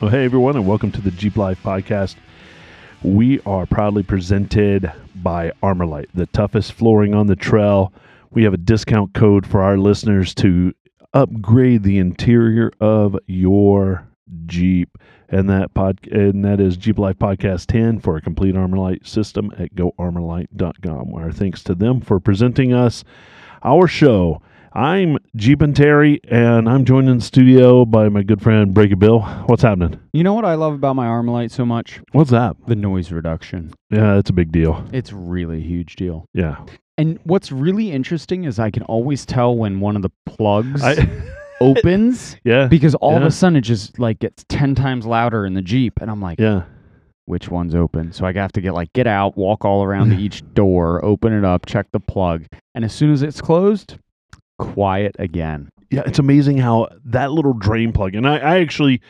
Well, hey everyone, and welcome to the Jeep Life Podcast. We are proudly presented by Armorlite, the toughest flooring on the trail. We have a discount code for our listeners to upgrade the interior of your Jeep, and that pod and that is Jeep Life Podcast 10 for a complete Armorlite system at goarmorlite.com. Our thanks to them for presenting us our show. I'm Jeep and Terry, and I'm joined in the studio by my good friend Breaker Bill. What's happening? You know what I love about my Armalite so much? What's up? The noise reduction. Yeah, that's a big deal. It's really a huge deal. Yeah. And what's really interesting is I can always tell when one of the plugs I, opens yeah. because all of Yeah. a sudden it just like gets 10 times louder in the Jeep and I'm like Yeah. which one's open? So I have to get like get out, walk all around to each door, open it up, check the plug. And as soon as it's closed, quiet again. Yeah. It's amazing how that little drain plug, and I, I actually,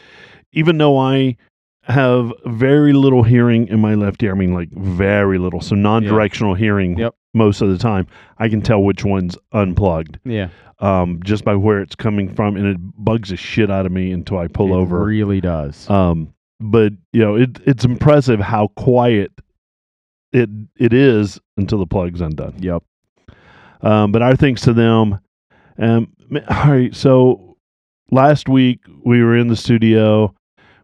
even though I have very little hearing in my left ear, I mean, like very little, so non directional hearing Yep. most of the time, I can tell which one's unplugged Yeah. um, just by where it's coming from. And it bugs the shit out of me until I pull it over. really does. Um, but you know, it it's impressive how quiet it it is until the plug's undone. yep. Um, but our thanks to them. Um, m- all right, so last week we were in the studio.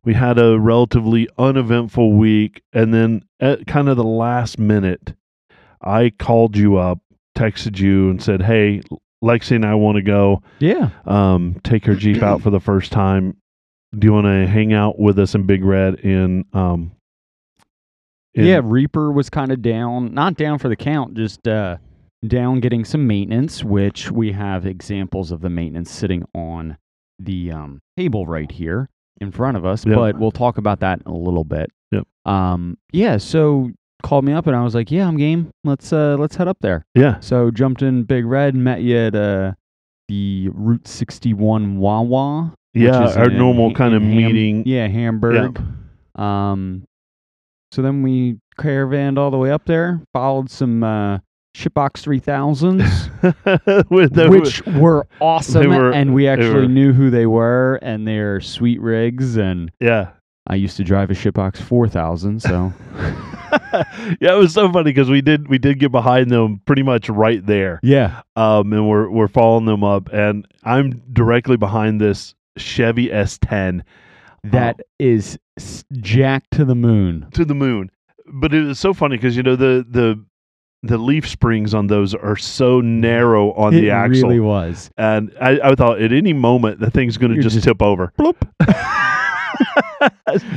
We had a relatively uneventful week, and then at kind of the last minute, I called you up, texted you, and said, "Hey, Lexi and I want to go Yeah. um, take her Jeep out for the first time. Do you want to hang out with us in Big Red in, um, in- yeah, Reaper was kind of down, not down for the count, just uh, down getting some maintenance, which we have examples of the maintenance sitting on the um, table right here in front of us, Yep. but we'll talk about that in a little bit. Yep. Um, yeah, so called me up and I was like, "Yeah, I'm game. Let's uh, let's head up there." yeah, So jumped in Big Red, met you at uh, the Route 61 Wawa, which is yeah, our in- normal in kind of Ham- meeting. yeah, Hamburg. Um, so then we caravaned all the way up there, followed some uh, Shipbox 3000s, With the- which were they awesome. were- and we actually were- knew who they were and their sweet rigs. And yeah, I used to drive a Shipbox 4000, so yeah, it was so funny because we did we did get behind them pretty much right there, yeah, um, and we're we're following them up, and I'm directly behind this Chevy S10 that is s jacked to the moon. to the moon. But it was so funny because you know the the the leaf springs on those are so narrow on it the axle. really was. And I, I thought at any moment the thing's going to You're just, just- tip over. Bloop.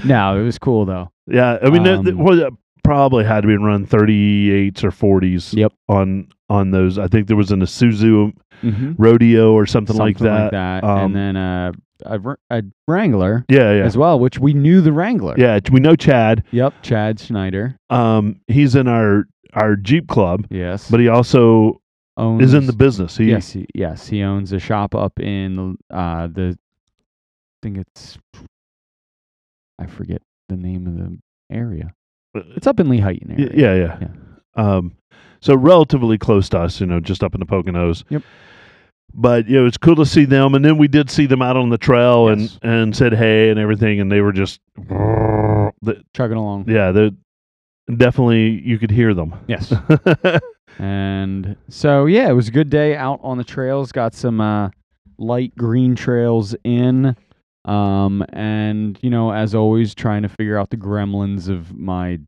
No, it was cool though. yeah, I mean, that, that Um, was- that probably had to be run 38s or 40s Yep. on on those. I think there was an Isuzu Mm-hmm. rodeo or something, like that. um, and then uh, a, Wr- a Wrangler Yeah, yeah, as well, which we knew the Wrangler. yeah. We know Chad. Yep, Chad Schneider. Um, he's in our our Jeep club, Yes, but he also owns, is in the business. He, yes, he, yes, he owns a shop up in uh, the. I think it's. I forget the name of the area. uh, It's up in Lee Heighton Y- area. Yeah, yeah. Um, so relatively close to us, you know, just up in the Poconos. Yep. But you know, it's cool to see them, and then we did see them out on the trail Yes. and and said hey and everything, and they were just the- chugging along. yeah, they definitely you could hear them. Yes. And so yeah, it was a good day out on the trails. Got some uh, light green trails in, um, and you know, as always, trying to figure out the gremlins of my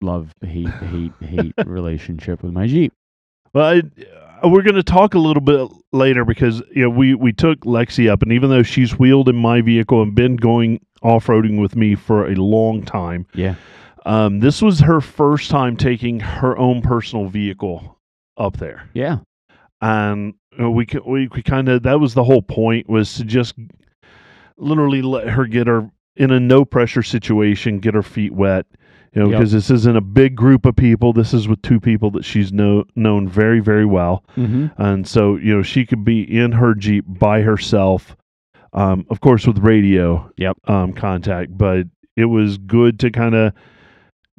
love, hate, hate, hate relationship with my Jeep. well, I, uh, we're going to talk a little bit later because you know we we took Lexi up, and even though she's wheeled in my vehicle and been going off roading with me for a long time. Yeah, Um, this was her first time taking her own personal vehicle up there, yeah, and uh, we c- we, we kind of that was the whole point was to just literally let her get her in a no pressure situation, get her feet wet, you know, Yep. because this isn't a big group of people. This is with two people that she's know, known very very well, mm-hmm. and so you know she could be in her jeep by herself, um, of course with radio Yep. um, contact, but it was good to kind of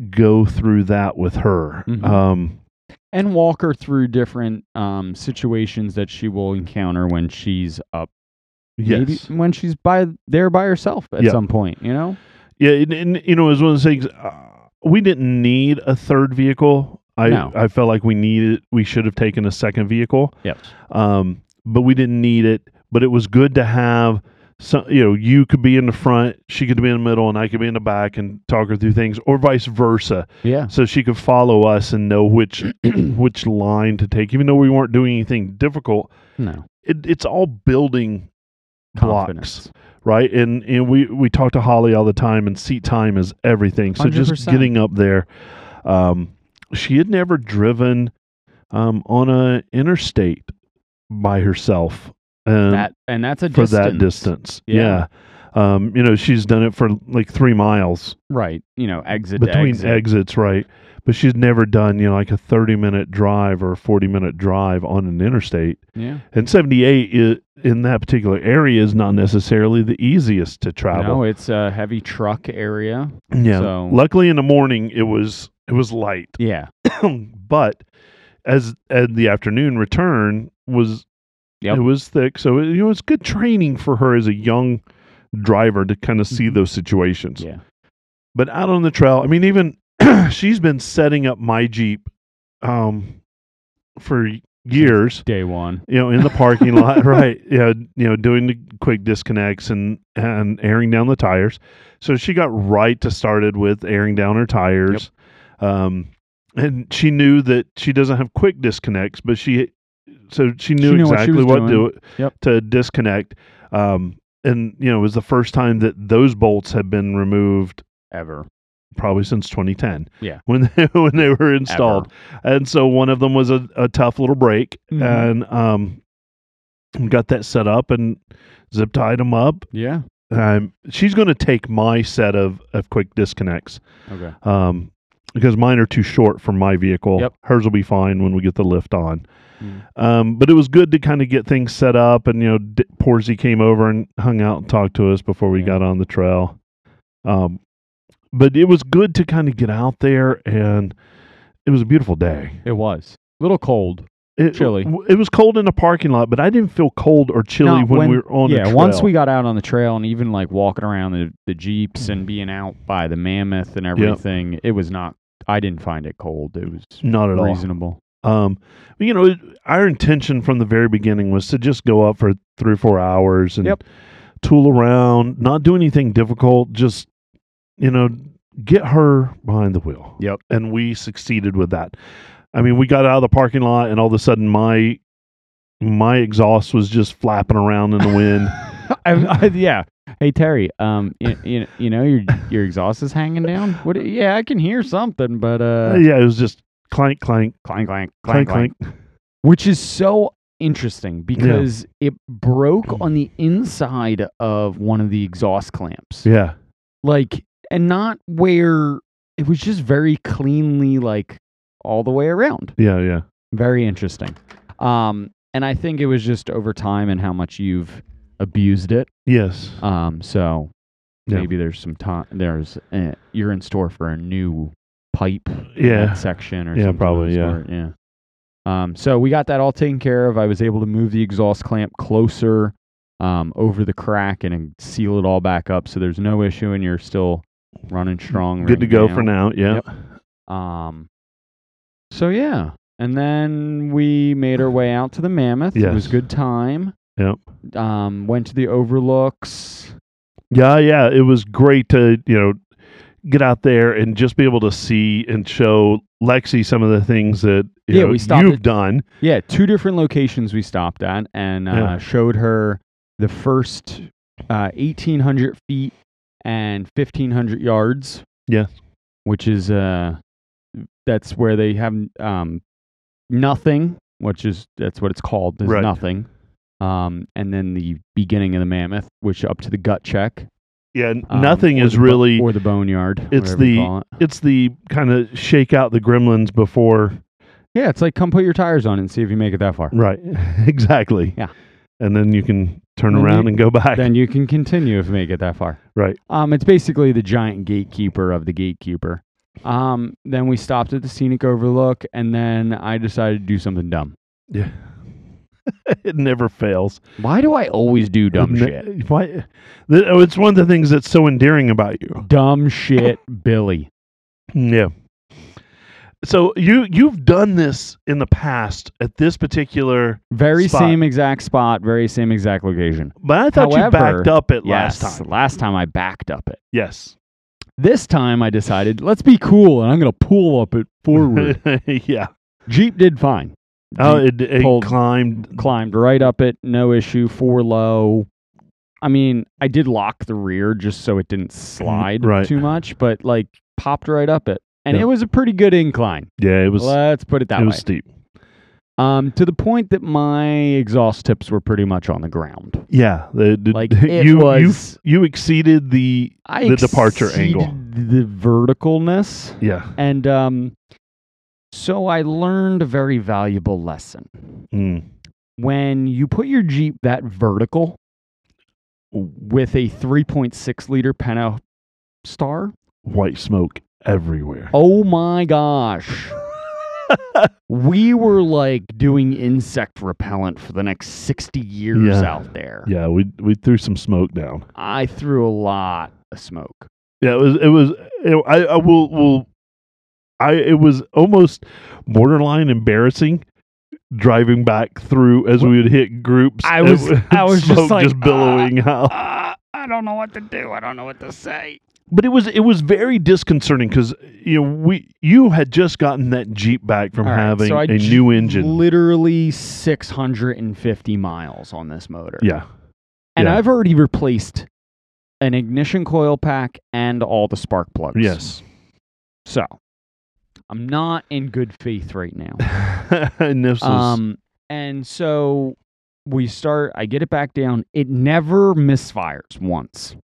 go through that with her. Mhm. Um, and walk her through different um, situations that she will encounter when she's up Yes. Maybe when she's by there by herself at Yeah. some point, you know? Yeah, and, and you know, it was one of those things. Uh, we didn't need a third vehicle. I No. I felt like we needed. We should have taken a second vehicle, Yep. um, but we didn't need it. But it was good to have. Some, you know, you could be in the front, she could be in the middle, and I could be in the back and talk her through things, or vice versa. Yeah. So she could follow us and know which which line to take, even though we weren't doing anything difficult. No. It, it's all building blocks Confidence. right? And and we we talk to Holly all the time, and seat time is everything. So just 100%. getting up there, um, she had never driven um, on a interstate by herself. Um, That and that's a for distance. that distance, Yeah. yeah. Um, you know, she's done it for like three miles Right. You know, exit to between exit. exits, right? But she's never done you know like a thirty minute drive or a forty minute drive on an interstate. Yeah. And seventy eight is in that particular area is not necessarily the easiest to travel. No, it's a heavy truck area. Yeah. So- Luckily, in the morning it was it was light, Yeah. but as as the afternoon return was, Yep. it was thick. So it, it was good training for her as a young driver to kind of see Mhm. those situations. Yeah. But out on the trail, I mean, even she's been setting up my jeep, um, for years Day one. you know, in the parking lot, right? You know, you know, doing the quick disconnects and and airing down the tires. So she got right to started with airing down her tires, um, and she knew that she doesn't have quick disconnects, but she so she knew She knew what she exactly was what, doing. to Yep. to disconnect. Um, and you know, it was the first time that those bolts had been removed Ever. probably since 2010. Yeah. When they, when they were installed. And so one of them was a, a tough little break Mhm. and um we got that set up and zip tied them up. Yeah. Um she's going to take my set of of quick disconnects. Okay. Um because mine are too short for my vehicle. Yep. Hers will be fine when we get the lift on. Mm. Um, but it was good to kind of get things set up, and you know, D- Porzy came over and hung out and talked to us before we Yeah. got on the trail. Um, but it was good to kind of get out there, and it was a beautiful day. It was. A little cold. It, Chilly. w- It was cold in the parking lot, but I didn't feel cold or chilly No, when, we were on yeah, the trail. once we got out on the trail and even like walking around the, the jeeps and being out by the mammoth and everything, it was not. I didn't find it cold. It was not at all. reasonable. Um, but, you know, it, our intention from the very beginning was to just go up for three or four hours and Yep. tool around, not do anything difficult, just you know, get her behind the wheel. Yep. And we succeeded with that. I mean, we got out of the parking lot, and all of a sudden, my my exhaust was just flapping around in the wind. I, I, yeah. Hey Terry, um, you, you, you know your your exhaust is hanging down. What? Yeah, I can hear something, but Uh, uh, yeah, it was just clank, clank, clank, clank, clank, clank, clank, clank. which is so interesting because it broke on the inside of one of the exhaust clamps. Yeah, like and not where it was just very cleanly like all the way around yeah, yeah. very interesting um and i think it was just over time and how much you've abused it Yes. um so Yeah. maybe there's some time there's uh, you're in store for a new pipe in Yeah. that section or Yeah, something of probably, the yeah. sort, yeah um so we got that all taken care of i was able to move the exhaust clamp closer um over the crack and, and seal it all back up so there's no issue and you're still running strong Good to right go for now. Yeah. Yep. um so yeah and then we made our way out to the mammoth it was Yes. good time Yep. um went to the overlooks Yeah, yeah. It was great to, you know, get out there and just be able to see and show Lexi some of the things that you Yeah, know, we stopped you've at- done. Yeah, two different locations we stopped at and uh, Yeah. showed her the first uh, 1,800 feet and 1,500 yards. Yeah. Which is, uh, that's where they have um, nothing, which is, that's what it's called, is Right. nothing. Um, and then the beginning of the mammoth, which up to the gut check. Yeah, n- um, nothing or is the bo- really. or the boneyard. it's whatever you the- call it. it's the kind of shake out the gremlins before. yeah. It's like come put your tires on and see if you make it that far. Right. exactly. Yeah. And then you can turn Then around you- and go back. then you can continue if you make it that far. Right. Um, it's basically the giant gatekeeper of the gatekeeper. Um, then we stopped at the scenic overlook, and then I decided to do something dumb. yeah. it never fails. Why do I always do dumb Ne- shit? Why? th- oh, It's one of the things that's so endearing about you. Mm, Dumb shit, Billy. Yeah. So you you've done this in the past at this particular, Very Spot. same exact spot, very same exact location. but I thought you However, backed up it yes, last time. Last time I backed up it. Yes. This time I decided, let's be cool and I'm going to pull up it forward. yeah. Jeep did fine. Oh, Jeep it, it pulled- climbed. climbed right up it, no issue, four low. I mean, I did lock the rear just so it didn't slide Mm-hmm. right. too much, but like popped right up it. And Yeah. it was a pretty good incline. Yeah, it was Let's put it that it way. was steep. Um, to the point that my exhaust tips were pretty much on the ground. Yeah, the, the- Like it you was. you you exceeded the I the departure exceeded angle. the verticalness, yeah. and um, so I learned a very valuable lesson. Mm. When you put your Jeep that vertical with a 3.6 liter Penna Star, White smoke everywhere. oh my gosh. we were like doing insect repellent for the next 60 years Yeah. out there. Yeah, we we threw some smoke down. I threw a lot of smoke. Yeah, it was it was you know, I, I will will I it was almost borderline embarrassing driving back through as we would hit groups. I and was- w- I was just smoke like, just billowing out. Uh, I don't know what to do. I don't know what to say. But it was it was very disconcerting because you know we you had just gotten that Jeep back from having a new engine. Literally 650 miles on this motor. yeah, And yeah. I've already replaced an ignition coil pack and all the spark plugs. yes. So I'm not in good faith right now. and this was Um, and so we start. I get it back down. It never misfires once.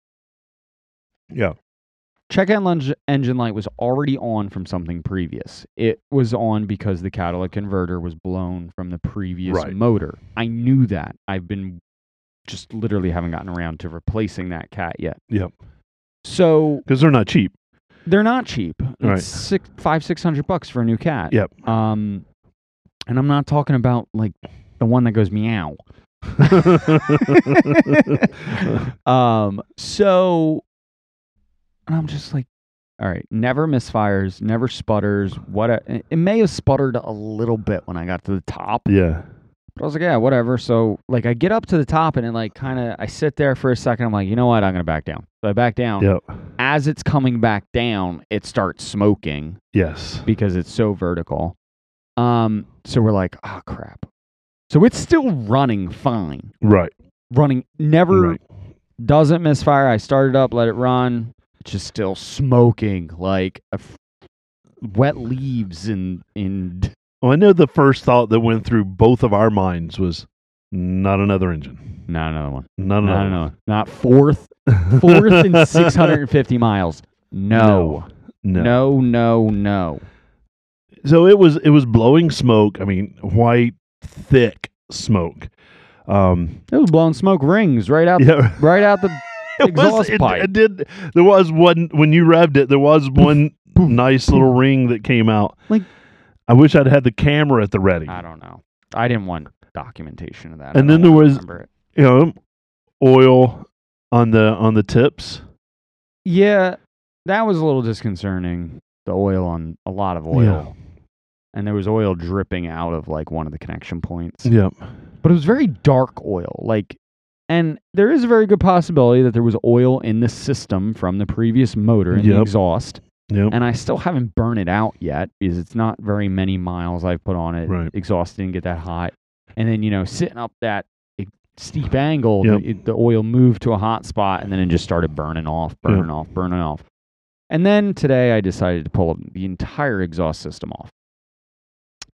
yeah. Check engine engine light was already on from something previous. It was on because the catalytic converter was blown from the previous Right. motor. I knew that. I've been just literally haven't gotten around to replacing that cat yet. Yep. So Because they're not cheap. they're not cheap. It's Right. six, five, six hundred bucks for a new cat. Yep. Um, and I'm not talking about like the one that goes meow. um, so, and I'm just like, all right, never misfires, never sputters. What a, it may have sputtered a little bit when I got to the top, yeah. but I was like, yeah, whatever. So, like, I get up to the top and it, like, kind of, I sit there for a second. I'm like, you know what? I'm going to back down. So I back down. Yep. As it's coming back down, it starts smoking Yes. because it's so vertical. Um, so we're like, oh crap. So it's still running fine. Right. Running never Right. doesn't misfire. I started up, let it run. It's just still smoking like a f- wet leaves and and Well, I know the first thought that went through both of our minds was not another engine. not another one. Not Not another. another one. Not fourth. Fourth and six hundred and fifty miles. No. No. No, no, no. So it was it was blowing smoke. I mean, white thick smoke. Um It was blowing smoke rings right out yeah. right out the It was Exhaust it, pipe. it did there was one when you revved it, there was one poof, nice little ring that came out. Like- I wish I'd had the camera at the ready. I don't know. I didn't want documentation of that. And I then don't there was- remember it. You know, oil on the on the tips. yeah, that was a little disconcerting. The oil on a lot of oil, and there was oil dripping out of like one of the connection points. Yep. But it was very dark oil, like, and there is a very good possibility that there was oil in the system from the previous motor in the Yep. exhaust, Yep. and I still haven't burned it out yet because it's not very many miles I've put on it. Right. Exhaust didn't get that hot, and then you know sitting up that e- steep angle, Yep. the, it- the oil moved to a hot spot, and then it just started burning off, burning off, burning off. And then today I decided to pull the entire exhaust system off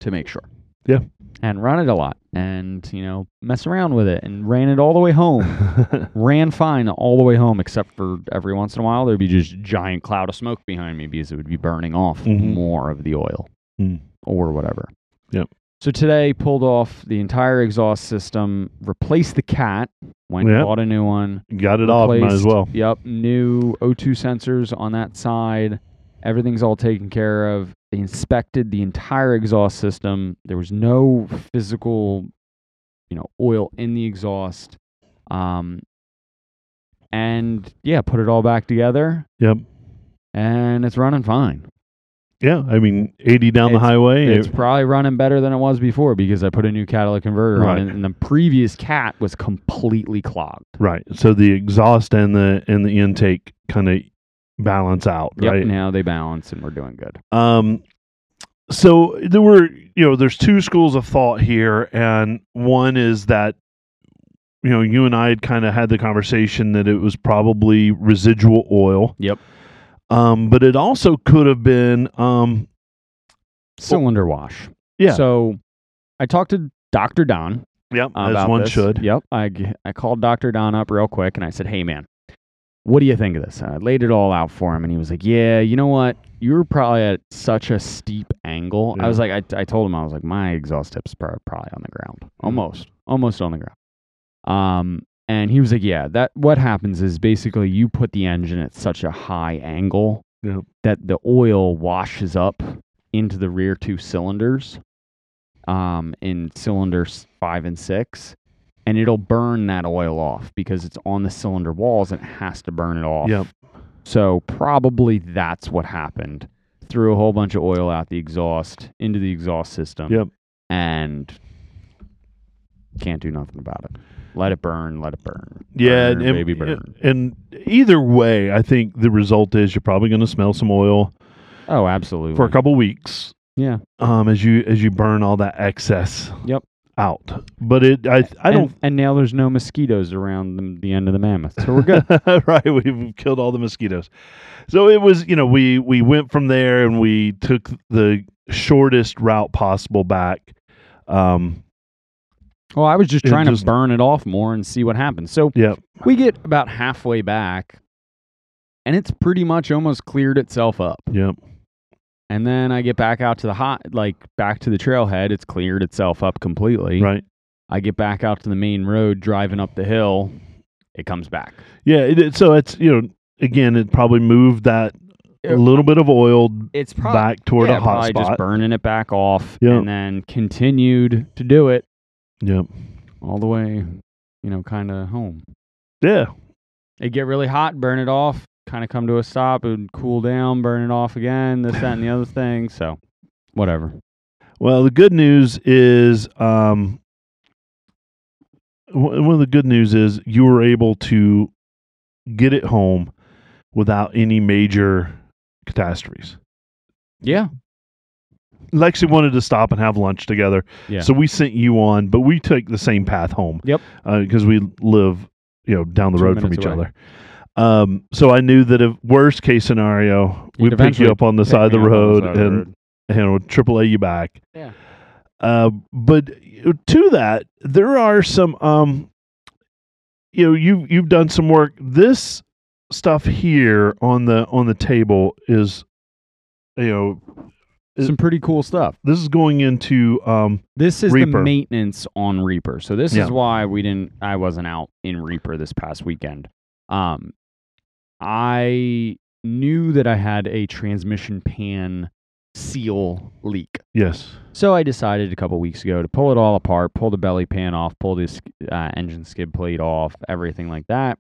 to make sure. Yeah. And run it a lot, and you know mess around with it, and ran it all the way home. ran fine all the way home, except for every once in a while there'd be just a giant cloud of smoke behind me because it would be burning off Mhm. more of the oil Mm. or whatever. Yep. So today pulled off the entire exhaust system, replaced the cat, went and Yep. bought a new one. Got it off, might as replaced- well. Yep, new O2 sensors on that side. Everything's all taken care of. They inspected the entire exhaust system. There was no physical you know oil in the exhaust, um, and yeah, put it all back together, Yep. and it's running fine. Yeah. I mean, 80 down the It's- highway. eh, It's it- probably running better than it was before because I put a new catalytic converter Right. on, it, and the previous cat was completely clogged. right. So the exhaust and the and the intake kind of balance out, Yep, right? now they balance and we're doing good. Um, so there were, you know, there's two schools of thought here, and one is that, you know, you and I had kind of had the conversation that it was probably residual oil. Yep. Um, but it also could have been, um, Cylinder wash. yeah, So I talked to Dr. Don yep, about as one this. should. Yep. I, g- I called Dr. Don up real quick and I said, hey, man, what do you think of this? And I laid it all out for him and he was like, yeah, you know what? You were probably at such a steep angle. Yeah. Mm. I was like, I, I told him, I was like, my exhaust tip's prob- probably on the ground. Almost. Almost on the ground. Um, and he was like, yeah, that what happens is basically you put the engine at such a high angle Yep. that the oil washes up into the rear two cylinders um, in cylinders five and six, and it'll burn that oil off because it's on the cylinder walls and it has to burn it off. Yep. So probably that's what happened. Threw a whole bunch of oil out the exhaust into the exhaust system. Yep. And can't do nothing about it. Let it burn. Let it burn. Yeah, burn, and, baby burn. and either way, I think the result is you're probably going to smell some oil oh, absolutely. for a couple weeks yeah. um, as you as you burn all that excess. Yep. Out, but it I I And- don't And, now there's no mosquitoes around the, the end of the mammoth, so we're good. right, we've killed all the mosquitoes. So it was, you know, we we went from there and we took the shortest route possible back. Um, well, I was just It trying just- to burn it off more and see what happens. So yeah, We get about halfway back, and it's pretty much almost cleared itself up. yeah, And then I get back out to the hot, like back to the trailhead. It's cleared itself up completely. right. I get back out to the main road, driving up the hill. It comes back. Yeah, it, it- so it's, you know, again, it probably moved that Yeah. little bit of oil It's back toward a hot probably just spot. burning it back off, Yeah. and then continued to do it Yeah. all the way, you know, kind of home. Yeah. It get really hot, burn it off, kind of come to a stop, and cool down, burn it off again, this, that, and the other thing. So, whatever. Well, the good news is, um, w- one of the good news is you were able to get it home without any major catastrophes. Yeah. Lexi wanted to stop and have lunch together, Yeah. so we sent you on, but we took the same path home. Yep. because we live, you know, down the Two road from each minutes away. other. Um, so I knew that if worst case scenario, we would pick You'd you eventually up on the pick side of the me up on road side of the and road. and would triple A you back. Yeah. Uh, but to that, there are some. Um, you know, you you've done some work. This stuff here on the on the table is, you know, some pretty cool stuff. this is going into um, This is Reaper. the maintenance on Reaper. So this Yeah. is why we didn't I wasn't out in Reaper this past weekend. Um I knew that I had a transmission pan seal leak. yes, So I decided a couple weeks ago to pull it all apart, pull the belly pan off, pull this uh, engine skid plate off, everything like that,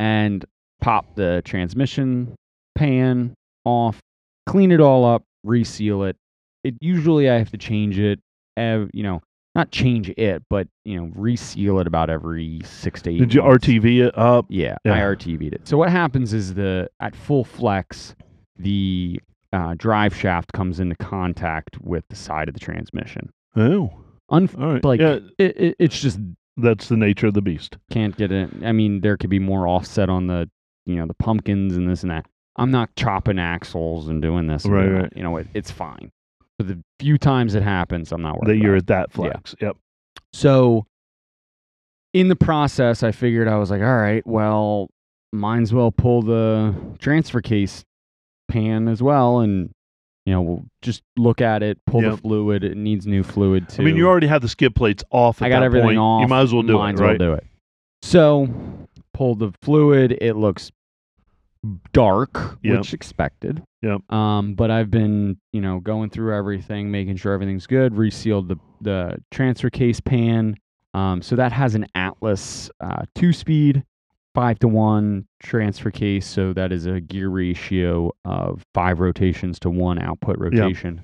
and pop the transmission pan off, clean it all up, reseal it. It usually I have to change it, ev- you know, not change it, but you know, reseal it about every six to eight. Did you months. RTV it up? Yeah, Yeah. I RTV'd it. So what happens is the at full flex, the uh, drive shaft comes into contact with the side of the transmission. Oh, Unf- all right. like yeah, it, it, it's just that's the nature of the beast. can't get it. I mean, there could be more offset on the you know the pumpkins and this and that. I'm not chopping axles and doing this. and Right, doing that. right. You know, it, it's fine. But the few times it happens, I'm not worried. That about you're it. at that flex. Yep. So in the process, I figured I was like, all right, well, might as well pull the transfer case pan as well and you know, we'll just look at it, pull Yep. the fluid. It needs new fluid too. I mean, you already have the skid plates off. At I got that everything point. off. You might as well do might it, as well right? do it. So pull the fluid, it looks dark, Yep. which expected. Yep. Um, but I've been, you know, going through everything, making sure everything's good, resealed the the transfer case pan, Um, so that has an Atlas uh, two speed, five to one transfer case. So that is a gear ratio of five rotations to one output rotation,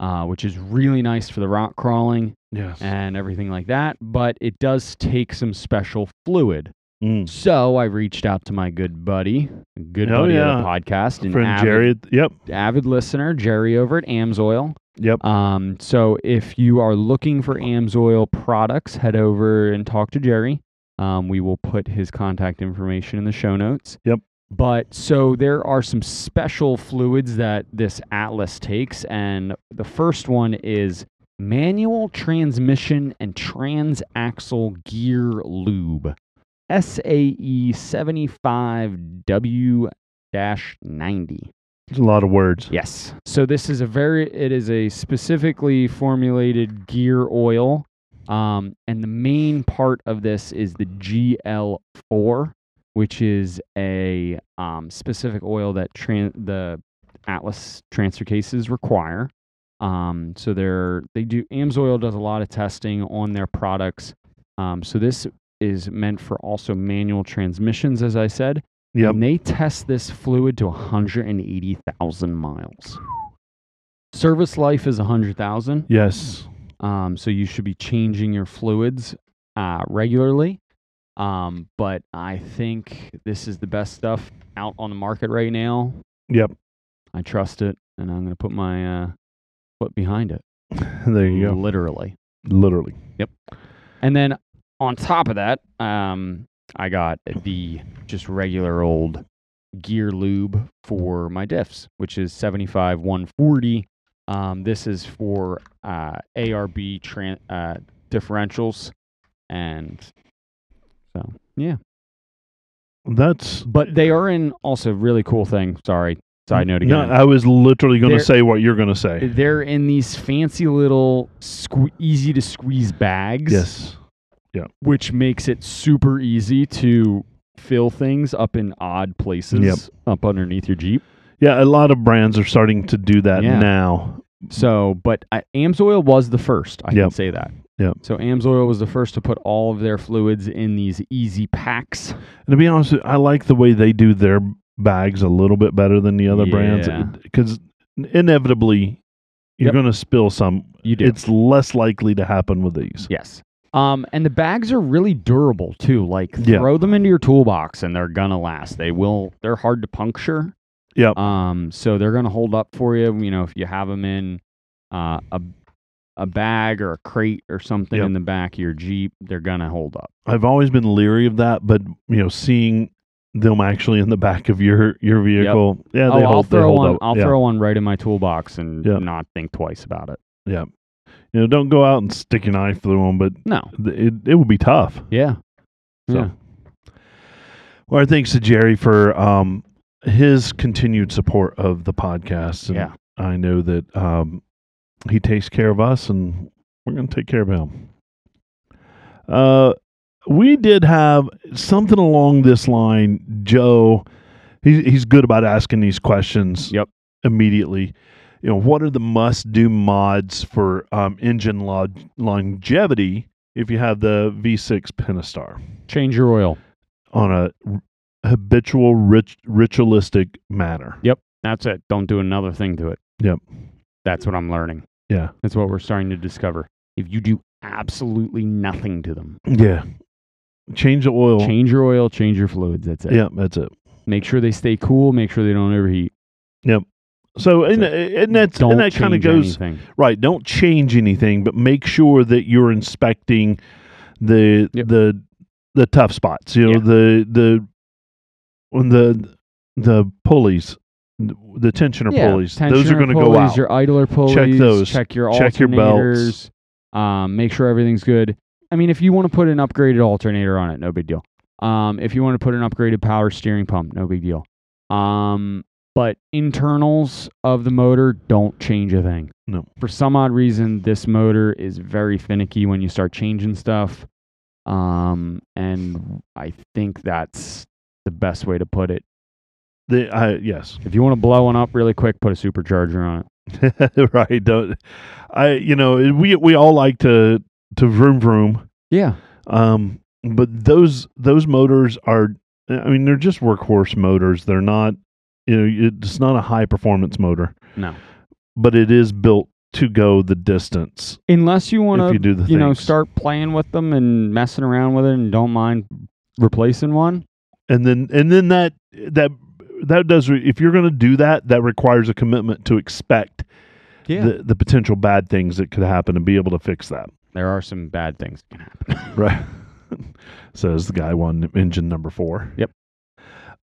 uh, which is really nice for the rock crawling Yes. and everything like that. But it does take some special fluid. Mm. So I reached out to my good buddy, good Oh, buddy yeah. of the podcast, and Mm. Friend avid, Jerry. Yep. avid listener, Jerry over at Amsoil. Yep. Um, so if you are looking for Amsoil products, head over and talk to Jerry. Um, we will put his contact information in the show notes. Yep. But so there are some special fluids that this Atlas takes, and the first one is manual transmission and transaxle gear lube, SAE seventy five W ninety. There's a lot of words. Yes. So this is a very it is a specifically formulated gear oil. Um, and the main part of this is the GL4, which is a um, specific oil that tran- the Atlas transfer cases require. Um, so they're they do Amsoil does a lot of testing on their products. Um, so this is meant for also manual transmissions, as I said. Yep. And they test this fluid to 180,000 miles. Service life is 100,000. Yes. Um, so you should be changing your fluids uh, regularly. Um, but I think this is the best stuff out on the market right now. Yep. I trust it, and I'm going to put my uh, foot behind it. There you go. Literally. Literally. And then on top of that, um, I got the just regular old gear lube for my diffs, which is 75 140. Um, this is for uh, ARB tran- uh, differentials. And so, yeah. That's But they are in also really cool thing. Sorry. Side note again. No, I was literally going to There- say what you're going to say. They're in these fancy little sque- easy to squeeze bags. Yes. which makes it super easy to fill things up in odd places Yep. up underneath your Jeep. Yeah, a lot of brands are starting to do that Yeah. now. So, but I, Amsoil was the first. I can Yep. say that. Yep. So Amsoil was the first to put all of their fluids in these easy packs. And to be honest, with you, I like the way they do their bags a little bit better than the other brands Yeah. because inevitably you're Yep. going to spill some. You do. It's less likely to happen with these. yes. Um, and the bags are really durable too. Like Yeah. throw them into your toolbox and they're gonna last. They will. They're hard to puncture. Yep. Um, so they're gonna hold up for you. You know, if you have them in uh, a a bag or a crate or something Yep. in the back of your Jeep, they're gonna hold up. I've always been leery of that, but you know, seeing them actually in the back of your your vehicle, yeah, oh, they I'll hold. they throw hold one. up. I'll yeah. throw one right in my toolbox and Yep. not think twice about it. You know, don't go out and stick your knife through them, but No. th- it it would be tough. Yeah. So. Yeah. Well, thanks to Jerry for um, his continued support of the podcast. And Yeah. I know that um, he takes care of us, and we're going to take care of him. Uh, we did have something along this line. Joe, he, he's good about asking these questions. Yep. Immediately, you know, what are the must-do mods for um, engine log- longevity if you have the V6 Pentastar? Change your oil. on a r- habitual rit- ritualistic manner. That's it. Don't do another thing to it. Yep. That's what I'm learning. Yeah. That's what we're starting to discover. If you do absolutely nothing to them, Yeah. Change the oil. change your oil, change your fluids. That's it. Yeah, that's it. Make sure they stay cool. Make sure they don't overheat. So and, That's and that's don't and that kind of change goes anything. right. Don't change anything, but make sure that you're inspecting the Yep. the the tough spots. You know Yeah. the the when the the pulleys, the tensioner pulleys. those are tensioner going to go pulleys, out. Your idler pulleys. those. Check your Check your belts. alternators. Um, make sure everything's good. I mean, if you want to put an upgraded alternator on it, no big deal. Um, if you want to put an upgraded power steering pump, no big deal. Um, but internals of the motor don't change a thing. No. For some odd reason, this motor is very finicky when you start changing stuff. Um, and I think that's the best way to put it. The, I, yes. If you want to blow one up really quick, put a supercharger on it. right. Don't I? You know, we we all like to to vroom vroom, Yeah. Um, but those those motors are, I mean, they're just workhorse motors. They're not, you know, it's not a high performance motor, No. but it is built to go the distance. Unless you want if to, you you, do the know, things. start playing with them and messing around with it and don't mind replacing one. and then and then that that that does re- if you're going to do that that requires a commitment to expect the, the potential bad things that could happen and be able to fix that there are some bad things that can happen. right says the guy on engine number four Yep.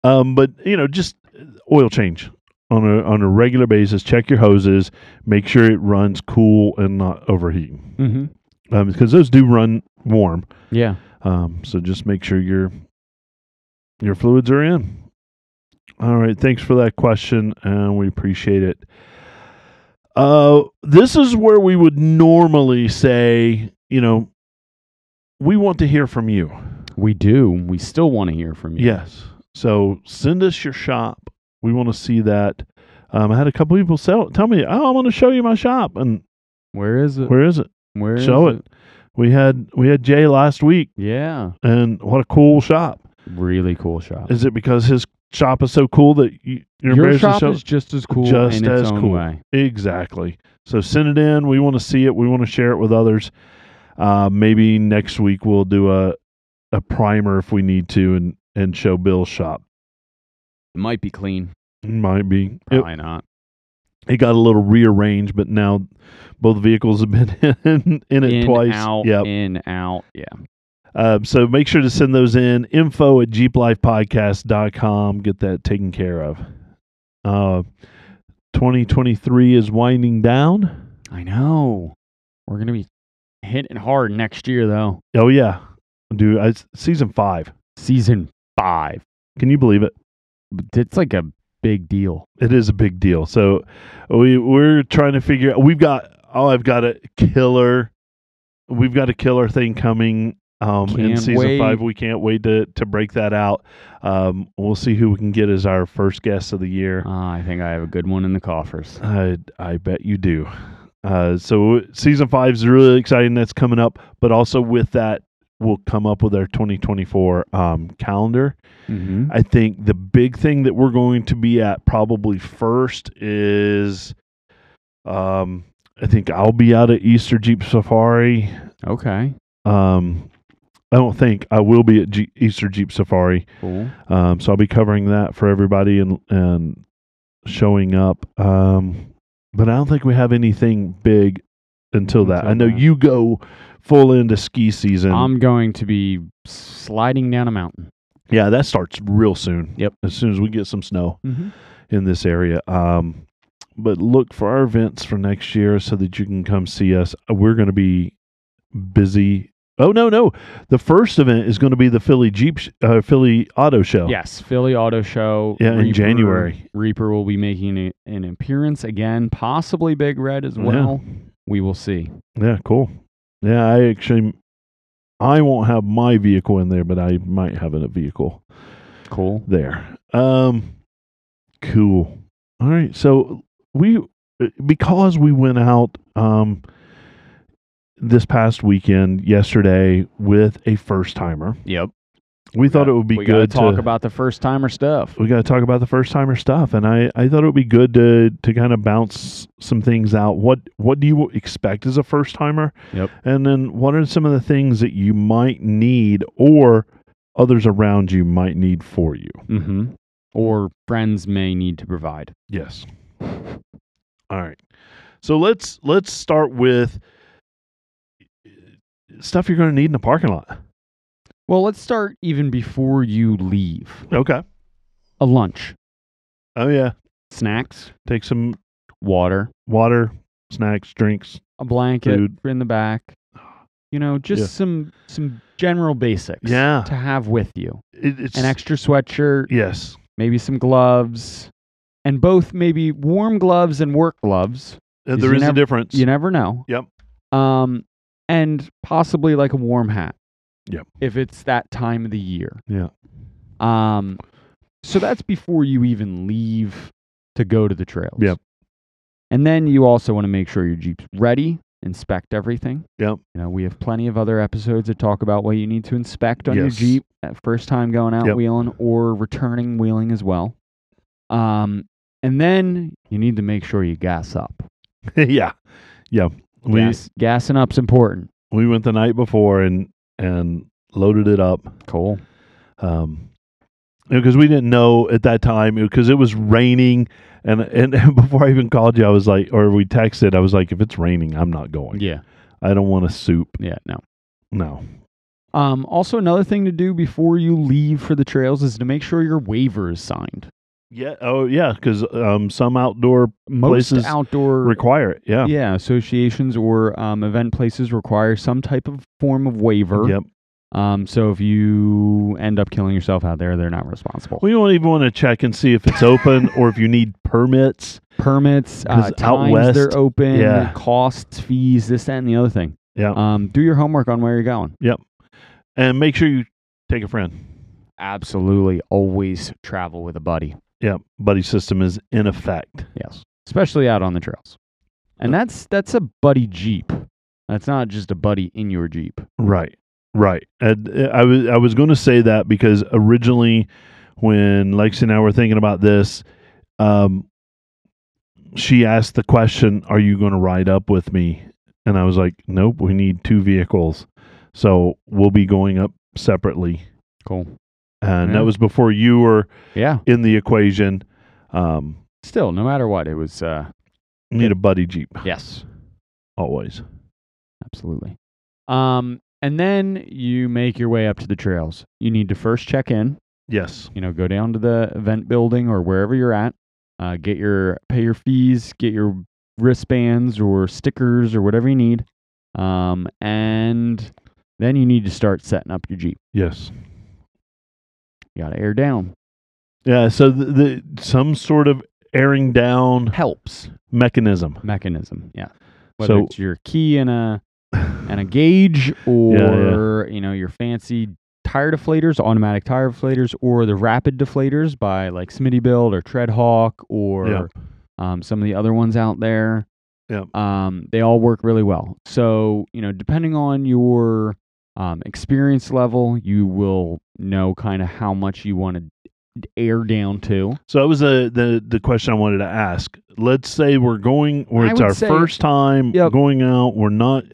um but you know just uh, oil change on a on a regular basis check your hoses make sure it runs cool and not overheating mm-hmm. um because those do run warm Yeah. um so just make sure your your fluids are in all right thanks for that question and we appreciate it uh this is where we would normally say you know we want to hear from you We do. We still want to hear from you. Yes. So send us your shop. We want to see that. Um, I had a couple people sell, tell me, "Oh, I want to show you my shop." And Where is it? where is it? Uh, Where is show it. We had we had Jay last week, Yeah. and what a cool shop! Really cool shop. Is it because his shop is so cool that you, you're Your embarrassed to shop show? is just as cool Just in as its own cool. way. exactly. So send it in. We want to see it. We want to share it with others. Uh, maybe next week we'll do a a primer if we need to, and and show Bill's shop. It might be clean. Might be. It- Probably not. it got a little rearranged, but now both vehicles have been in, in it in, twice. out, Yep. in, out. Yeah. Uh, so make sure to send those in info at jeeplifepodcast.com. Get that taken care of. Uh, 2023 is winding down. I know. We're going to be hitting hard next year, though. Oh, yeah. Dude, it's season five. Season five. Can you believe it? It's like a big deal. It is a big deal. So we, we're trying to figure out. We've got, oh, I've got a killer. We've got a killer thing coming um, in Can't season wait. five. We can't wait to to break that out. Um, we'll see who we can get as our first guest of the year. Ah, I think I have a good one in the coffers. I I bet you do. Uh, so season five is really exciting. That's coming up, but also with that, we'll come up with our 2024 um, calendar. Mm-hmm. I think the big thing that we're going to be at probably first is, um, I think I'll be out at Easter Jeep Safari. Okay. Um, I don't think I will be at G- Easter Jeep Safari, Cool. um, so I'll be covering that for everybody and and showing up. Um, but I don't think we have anything big until that. Until I know that. Um, you go full into ski season. I'm going to be sliding down a mountain. yeah, that starts real soon. Yep. as soon as we get some snow. Mm-hmm. in this area. Um, but look for our events for next year so that you can come see us. We're going to be busy. Oh no, no! The first event is going to be the Philly Jeep, sh- uh, Philly Auto Show. Yes, Philly Auto Show. Oh. Yeah, in January. Reaper will be making a, an appearance again, possibly Big Red as Yeah. well. We will see. yeah, cool. Yeah, I actually, I won't have my vehicle in there, but I might have a vehicle Cool. there. Um, cool. All right, so we because we went out um this past weekend yesterday with a first timer. Yep. We thought it would be we gotta good talk to about the first timer stuff. we got to talk about the first timer stuff, and I I thought it would be good to to kind of bounce some things out. What what do you expect as a first timer? Yep. And then what are some of the things that you might need or others around you might need for you? Mm-hmm. Or friends may need to provide. Yes. All right. So let's let's start with stuff you're going to need in the parking lot. Well, let's start even before you leave. Okay. A lunch, Oh yeah. snacks, Take some water, water, snacks, drinks. a blanket Food. in the back. You know, just Yeah. some some general basics Yeah. to have with you. It, it's An extra sweatshirt, yes. maybe some gloves, and both maybe warm gloves and work gloves. Uh, Is There you is a never- difference. You never know. Yep. Um, and possibly like a warm hat. Yep. If it's that time of the year. Yeah. Um, so that's before you even leave to go to the trails. Yep. And then you also want to make sure your Jeep's ready inspect everything. Yep. You know, we have plenty of other episodes that talk about what you need to inspect on your Yes. Jeep at first time going out Yep. wheeling or returning wheeling as well. Um, and then you need to make sure you gas up. yeah. Yeah. We Gas, gassing up's important. we went the night before and and loaded it up. Cool. Um because we didn't know at that time because it was raining and and before I even called you I was like or we texted I was like if it's raining I'm not going. Yeah. I don't want a soup. Yeah. No. No. Um, also, another thing to do before you leave for the trails is to make sure your waiver is signed. Yeah. Oh yeah, cuz um some outdoor Most Places outdoor require it. Yeah. yeah associations or um, event places require some type of form of waiver. Yep. Um, so if you end up killing yourself out there, they're not responsible. We don't even want to check and see if it's open or if you need permits. Permits, uh, 'Cause times out west, they're open, yeah. costs, fees, this, that, and the other thing. Yeah. Um, do your homework on where you're going. and make sure you take a friend. Absolutely, always travel with a buddy. Yeah, buddy system is in effect. Yes, especially out on the trails. And that's that's a buddy jeep. That's not just a buddy in your jeep. Right, right. And uh, I was I was going to say that because originally, when Lexi and I were thinking about this, um, she asked the question, "Are you going to ride up with me?" And I was like, "Nope, we need two vehicles, so we'll be going up separately." Cool. And Yeah. that was before you were Yeah. in the equation. Um, Still, no matter what, it was. Uh, need a buddy jeep yes, always. absolutely. Um, and then you make your way up to the trails. You need to first check in. Yes. you know, go down to the event building or wherever you're at, uh, get your pay your fees, get your wristbands or stickers or whatever you need, um, and then you need to start setting up your Jeep. Yes. You gotta air down. Yeah, so the, the some sort of airing down Helps mechanism. mechanism, yeah. Whether So- it's your key and a and a gauge, or you know your fancy tire deflators, automatic tire deflators, or the rapid deflators by like Smitty Build or Treadhawk or Yeah. um, some of the other ones out there. Yeah. Um, they all work really well. So, you know, depending on your um, experience level, you will know kind of how much you want to air down to. So that was the, the the question I wanted to ask. Let's say we're going or I it's would our say- first time Yep. going out. We're not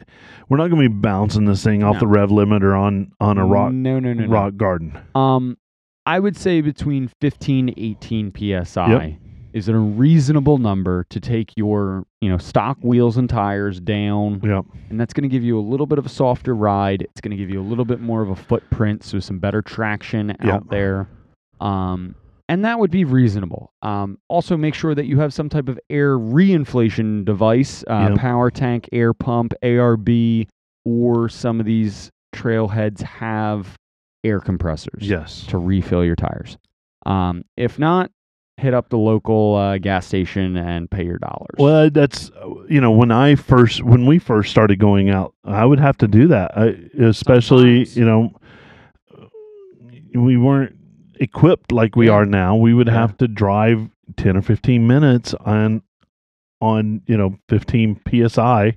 we're not going to be bouncing this thing off No. the rev limiter on on a rock No, no, no, no. rock garden. Um, I would say between 15 to 18 psi is a reasonable number to take your, you know, stock wheels and tires down, Yep. and that's going to give you a little bit of a softer ride. It's going to give you a little bit more of a footprint, so some better traction Yeah. out there. Um, and that would be reasonable. Um, also, make sure that you have some type of air reinflation device, uh, Yeah. power tank, air pump, ARB, or some of these trailheads have air compressors Yes. to refill your tires. Um, if not, hit up the local uh, gas station and pay your dollars. Well, that's you know when I first when we first started going out, I would have to do that. I, especially Sometimes. you know we weren't equipped like we Yeah. are now. We would Yeah. have to drive ten or fifteen minutes on on you know fifteen psi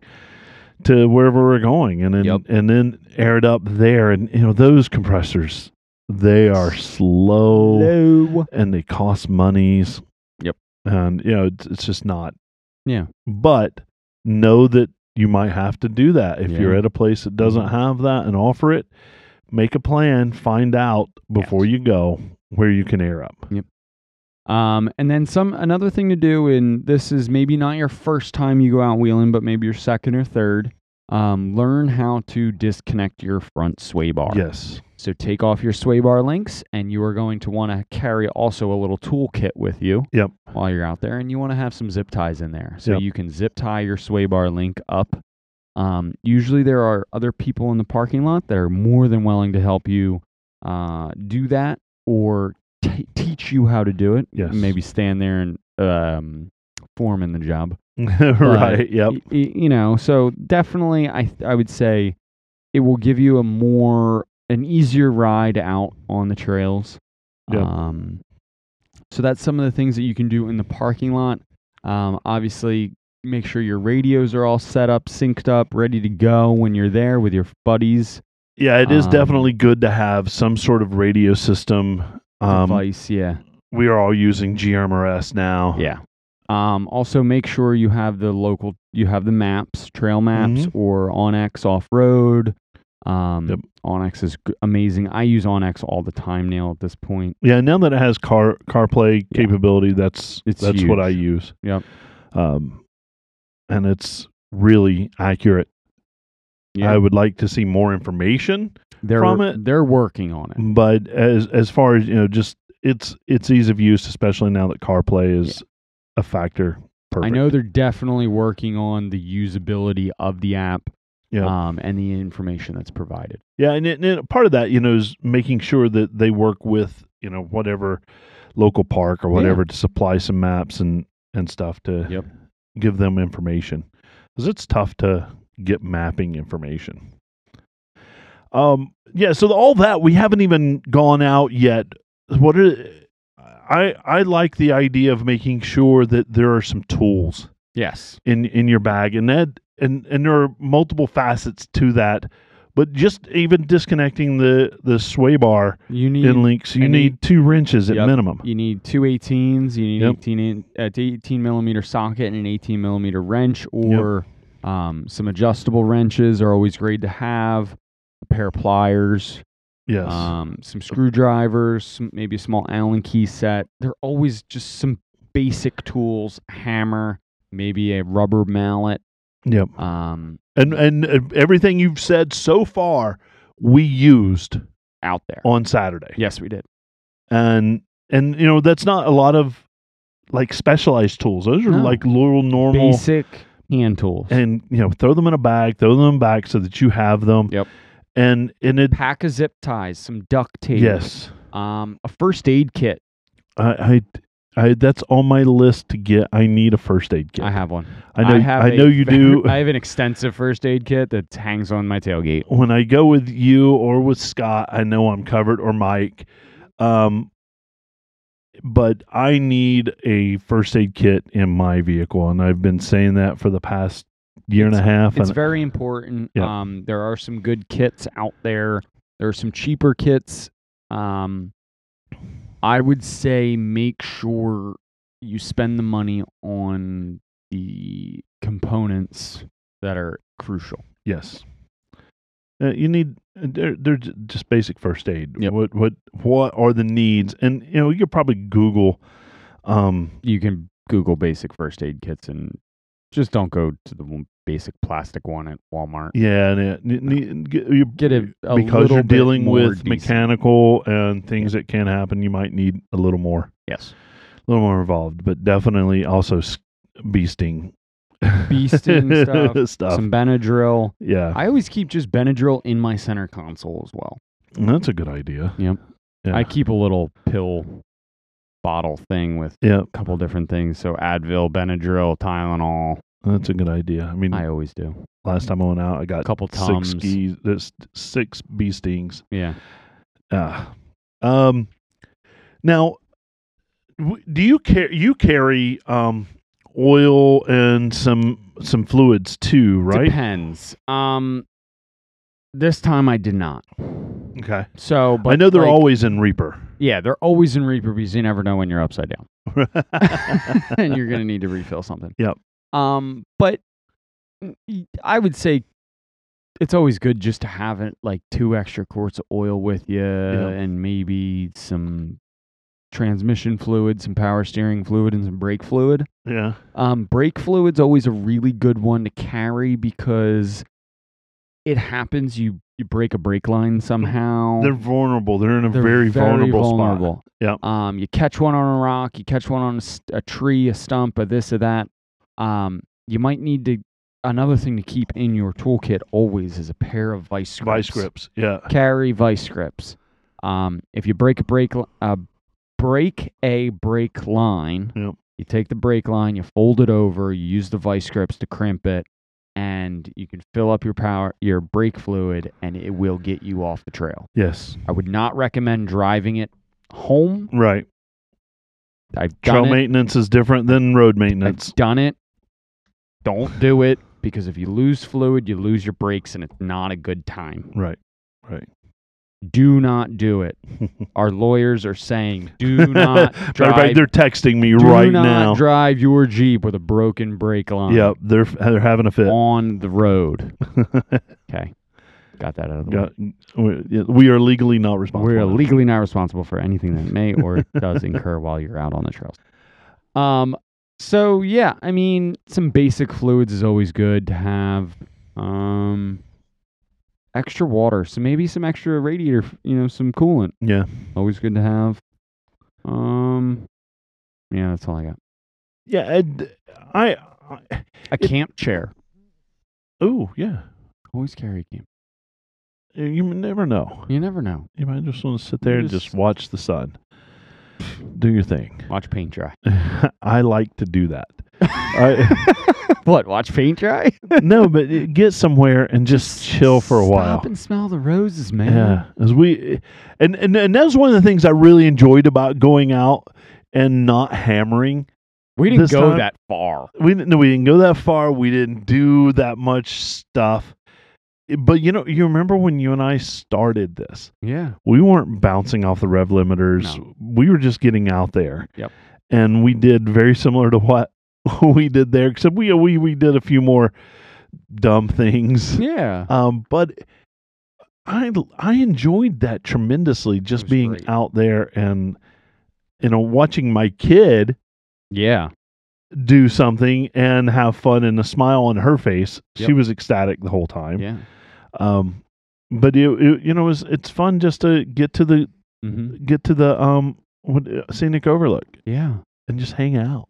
to wherever we're going, and then Yep. and then air it up there. And you know those compressors, they are slow Hello. and they cost monies. Yep. And you know it's, it's just not Yeah. but know that you might have to do that if Yeah. you're at a place that doesn't Mhm. have that and offer it make a plan find out before you go where you can air up Um, and then some another thing to do, and this is maybe not your first time you go out wheeling, but maybe your second or third. Um, learn how to disconnect your front sway bar. yes So take off your sway bar links, and you are going to want to carry also a little toolkit with you. Yep. While you're out there, and you want to have some zip ties in there, so Yep. you can zip tie your sway bar link up. Um, usually, there are other people in the parking lot that are more than willing to help you uh, do that or t- teach you how to do it. Yes. Maybe stand there and um, form in the job. right yep Y- y- you know, so definitely, I th- I would say it will give you a more an easier ride out on the trails. Yep. Um, so that's some of the things that you can do in the parking lot. Um, obviously, make sure your radios are all set up, synced up, ready to go when you're there with your buddies. Yeah, it is Um, definitely good to have some sort of radio system. Um, device, yeah, we are all using GMRS now. yeah. Um, also, make sure you have the local, you have the maps, trail maps, or OnX off road. Um, Mm-hmm. Yep. OnX is g- amazing. I use OnX all the time now. At this point, Yeah, now that it has car CarPlay Yeah. capability, that's It's that's what huge. I use. Yep. Um, and it's really accurate. yeah, I would like to see more information, they're from it- they're working on it. but as as far as you know, just it's it's ease of use, especially now that CarPlay is a factor. Perfect. I know they're definitely working on the usability of the app, Yeah. um, and the information that's provided. Yeah, and, it, and part of that, you know, is making sure that they work with you know whatever local park or Yeah. whatever to supply some maps and and stuff to Yep. give them information because it's tough to get mapping information. Um, yeah, so all that we haven't even gone out yet. What are I I like the idea of making sure that there are some tools Yes. in in your bag and that and and there are multiple facets to that but just even disconnecting the the sway bar You need in links you and you- need two wrenches at Yep. minimum you need two 18s. You need Yep. 18 in, uh, 18 millimeter socket and an 18 millimeter wrench, or um, some adjustable wrenches are always great to have. A pair of pliers, yes um, some screwdrivers, some, maybe a small Allen key set. They're always just some basic tools: hammer, maybe a rubber mallet. yep Um, and and uh, everything you've said so far we used out there. on saturday Yes, we did. and and you know that's not a lot of like specialized tools those are No. like little normal Basic hand tools. and you know throw them in a bag throw them back so that you have them Yep. and and it pack of zip ties, some duct tape. yes Um, a first aid kit. I, I, I that's on my list to get. I need a first aid kit. I have one. I know. I, have a know you do. very- I have an extensive first aid kit that hangs on my tailgate. when I go with you or with Scott, I know I'm covered or Mike. Um, but I need a first aid kit in my vehicle, and I've been saying that for the past year and a half. It's and very important. Yeah. Um, there are some good kits out there. There are some cheaper kits. Um, I would say make sure you spend the money on the components that are crucial. yes, Uh, you need. They're, they're j- just basic first aid. Yep. What what what are the needs? And you know you could probably Google. Um, You can Google basic first aid kits and just don't go to the one- basic plastic one at Walmart. Yeah, and it, n- n- get- you, Get a, a because little you're bit dealing more with decent. mechanical and things that can happen, you might need a little more, Yes. a little more involved, but definitely also s- bee sting, Bee sting stuff, Some Benadryl. yeah, I always keep just Benadryl in my center console as well. that's a good idea. Yep. Yeah. I keep a little pill bottle thing with yeah, a couple different things. So Advil, Benadryl, Tylenol. that's a good idea. I mean, I always do. last time I went out, I A got couple Mm. six Tums. skis, that's six bee stings. Yeah. Ah. Um, now, w- do you carry you carry um oil and some some fluids too, right? Depends. Um, this time I did not. Okay. So, but I know they're like- always in Reaper. Yeah, they're always in Reaper because you never know when you're upside down and you're gonna need to refill something. Yep. Um, but y- I would say it's always good just to have it like two extra quarts of oil with you, and maybe some transmission fluid, some power steering fluid, and some brake fluid. yeah. Um, brake fluid's always a really good one to carry because it happens you you break a brake line somehow. They're vulnerable. They're in a They're very, vulnerable, spot. vulnerable. Yep. Um, you catch one on a rock, you catch one on a, st- a tree, a stump, a this or that. Um, you might need to. Another thing to keep in your toolkit always is a pair of vice grips. Vice grips. Yeah. Carry vice grips. Um, if you break a brake, li- uh, break a brake line. Yep. You take the brake line, you fold it over, you use the vice grips to crimp it, and you can fill up your power, your brake fluid, and it will get you off the trail. Yes. I would not recommend driving it home. Right. I've done Trail it. maintenance is different than road I've maintenance. done it. Don't do it because if you lose fluid, you lose your brakes and it's not a good time. Right. Right. Do not do it. Our lawyers are saying do not Everybody, drive. they're texting me do right not now. drive your Jeep with a broken brake line Yep, they're they're having a fit. on the road. Okay. Got that out of the way. Got- we- yeah, we are legally not responsible. We're legally not responsible for anything that may or does incur while you're out on the trails. Um, so yeah, I mean, some basic fluids is always good to have. Um, extra water, so maybe some extra radiator, f- you know, some coolant, Yeah, always good to have. Um, yeah, that's all I got. yeah. I'd- I, I A It- camp chair, oh yeah. always carry a camp. You never know. You never know. You might just want to sit there and Just- just watch the sun. Do your thing. Watch paint dry. I like to do that. I, what? Watch paint dry? no, but it- get somewhere and just chill for a while. Stop and smell the roses, man. Yeah, as we, and, and and that was one of the things I really enjoyed about going out and not hammering. We didn't This go time- that far. We didn't, no, we didn't go that far. We didn't do that much stuff. But you know, you remember when you and I started this? Yeah. we weren't bouncing off the rev limiters. We were just getting out there. Yep. And we did very similar to what we did there, except we we we did a few more dumb things. Yeah. Um, but I I enjoyed that tremendously, just was being great. out there and you know watching my kid Yeah. do something and have fun and a smile on her face. She Yep. was ecstatic the whole time. Yeah. Um, but it, it, you know, it was, it's fun just to get to the Mm-hmm. get to the um what- uh, scenic overlook Yeah. and just hang out.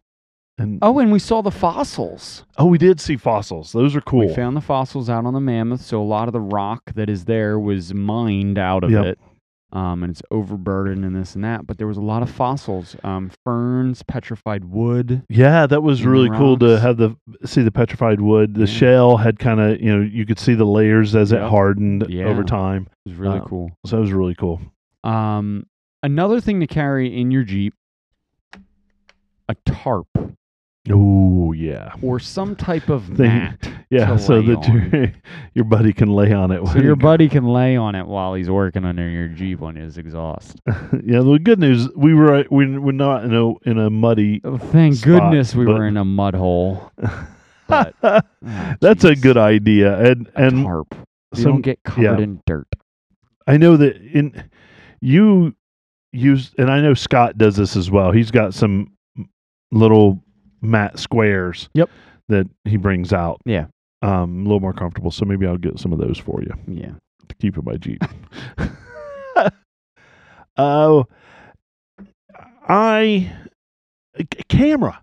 And oh, Oh, and we saw the fossils. we did see fossils. Those are cool. We found the fossils out on the mammoth, so a lot of the rock that is there was mined out of Yep. it. Um, and it's overburdened and this and that, but there was a lot of fossils, um, ferns, petrified wood. yeah, that was And really cool to rocks. have the see the petrified wood. The Yeah. shell had kind of you know you could see the layers as it Yep. hardened Yeah. over time. It was really Oh. cool. So that was really cool. Um, another thing to carry in your jeep, a tarp Oh yeah, or some type of Thing- mat. yeah. To So lay that your your buddy can lay on it. So when- your buddy can lay on it while he's working under your jeep on his exhaust. yeah. The good news we were we we're not in a in a muddy. Oh, thank Spot, goodness we but- were in a mud hole. But- Ah, That's a jeez. good idea. And A and tarp. So some don't get covered in dirt. I know that in you use, and I know Scott does this as well. He's got some little mat squares. Yep. That he brings out. Yeah. Um, a little more comfortable. So maybe I'll get some of those for you Yeah. to keep in my Jeep. Oh, I a c- camera,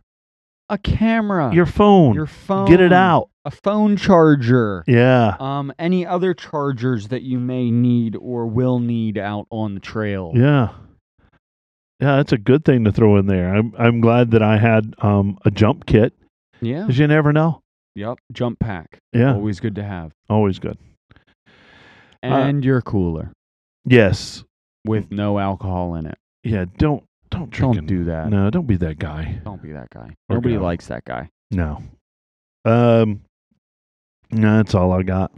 A camera. your phone, Your phone. get it out. A phone charger. Yeah. Um, any other chargers that you may need or will need out on the trail. Yeah. Yeah, that's a good thing to throw in there. I'm I'm glad that I had um a jump kit Yeah. because you never know. Yep. Jump pack. Yeah, Always good to have. always good. And your cooler Yes. with no alcohol in it. Yeah. Don't don't drink. Don't and- do that. No, don't be that guy. Don't be that guy. Or Nobody gal. likes that guy. No. Um. No, that's all I got.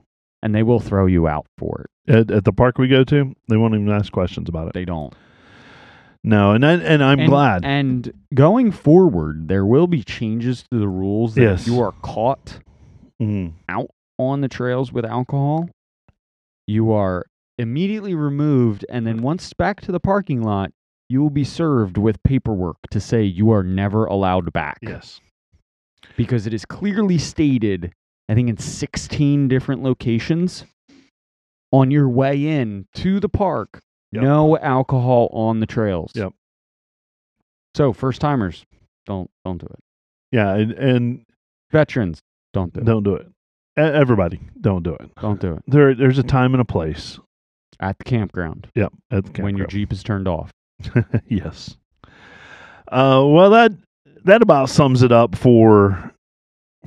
And they will throw you out for it. At, at the park we go to, they won't even ask questions about it. They don't. No, and I, and I'm and, glad. And going forward, there will be changes to the rules that Yes. if you are caught Mm. on the trails with alcohol, you are immediately removed and then once back to the parking lot, you will be served with paperwork to say you are never allowed back Yes. because it is clearly stated, I think in 16 different locations on your way in to the park, Yep. no alcohol on the trails. Yep. So, first timers, don't don't do it. Yeah, and and Veterans, don't do it. don't do it. E- Everybody, don't do it. Don't do it. There, there's a time and a place. At the campground Yep. At the when campground. your Jeep is turned off. yes. Uh, well, that that about sums it up for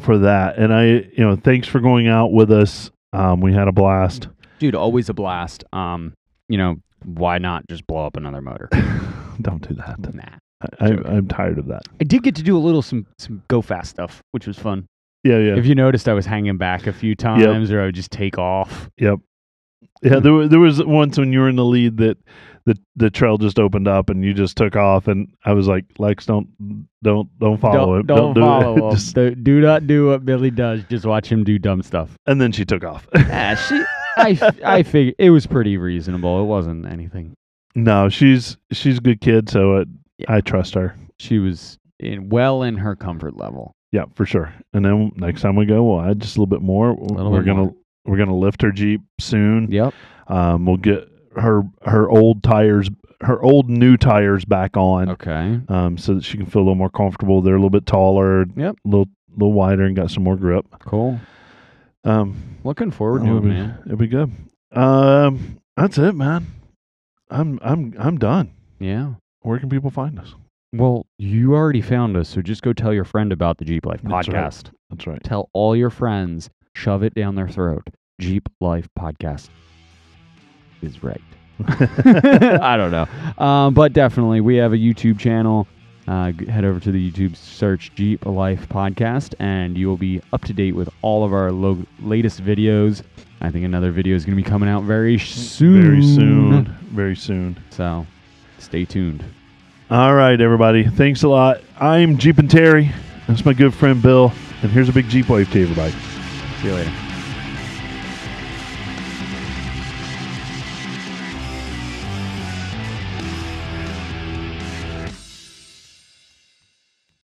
for that. And I, you know, thanks for going out with us. Um, we had a blast. Dude, always a blast. Um, you know, why not just blow up another motor? Don't do that. nah. I, I, I'm tired of that. I did get to do a little some some go fast stuff, which was fun. Yeah, yeah. If you noticed, I was hanging back a few times, or I would just take off. Yep. Yeah, there was, there was once when you were in the lead that the the trail just opened up and you just took off, and I was like, Lex, don't don't don't follow don't, him. Don't, do follow it. him. Just- do, do not do what Billy does. Just watch him do dumb stuff. and then she took off. Ah, she, I, f- I figured it was pretty reasonable. It wasn't anything. no, she's she's a good kid, so it, Yeah. I trust her. She was in, well in her comfort level. Yeah, for sure. And then next time we go, we'll add just a little bit more. little we're bit gonna more. we're gonna lift her jeep soon. Yep. Um, we'll get her her old tires, her old new tires back on, Okay. um, so that she can feel a little more comfortable. They're a little bit taller, Yep. a little little wider, and got some more grip. Cool. Um, Looking forward to it'll it, be, Oh, man. It'll be good. Um, that's it, man. I'm I'm I'm done. Yeah. Where can people find us? Well, you already found us, so just go tell your friend about the Jeep Life That's right. podcast. That's right. Tell all your friends, shove it down their throat. Jeep Life podcast is right. I don't know. Um, but definitely, we have a YouTube channel. Uh, g- head over to the YouTube search Jeep Life Podcast, and you will be up to date with all of our lo- latest videos. I think another video is going to be coming out very soon. Very soon. Very soon. So stay tuned. All right, everybody. Thanks a lot. I'm Jeep and Terry. That's my good friend Bill. And here's a big Jeep wave to everybody. See you later.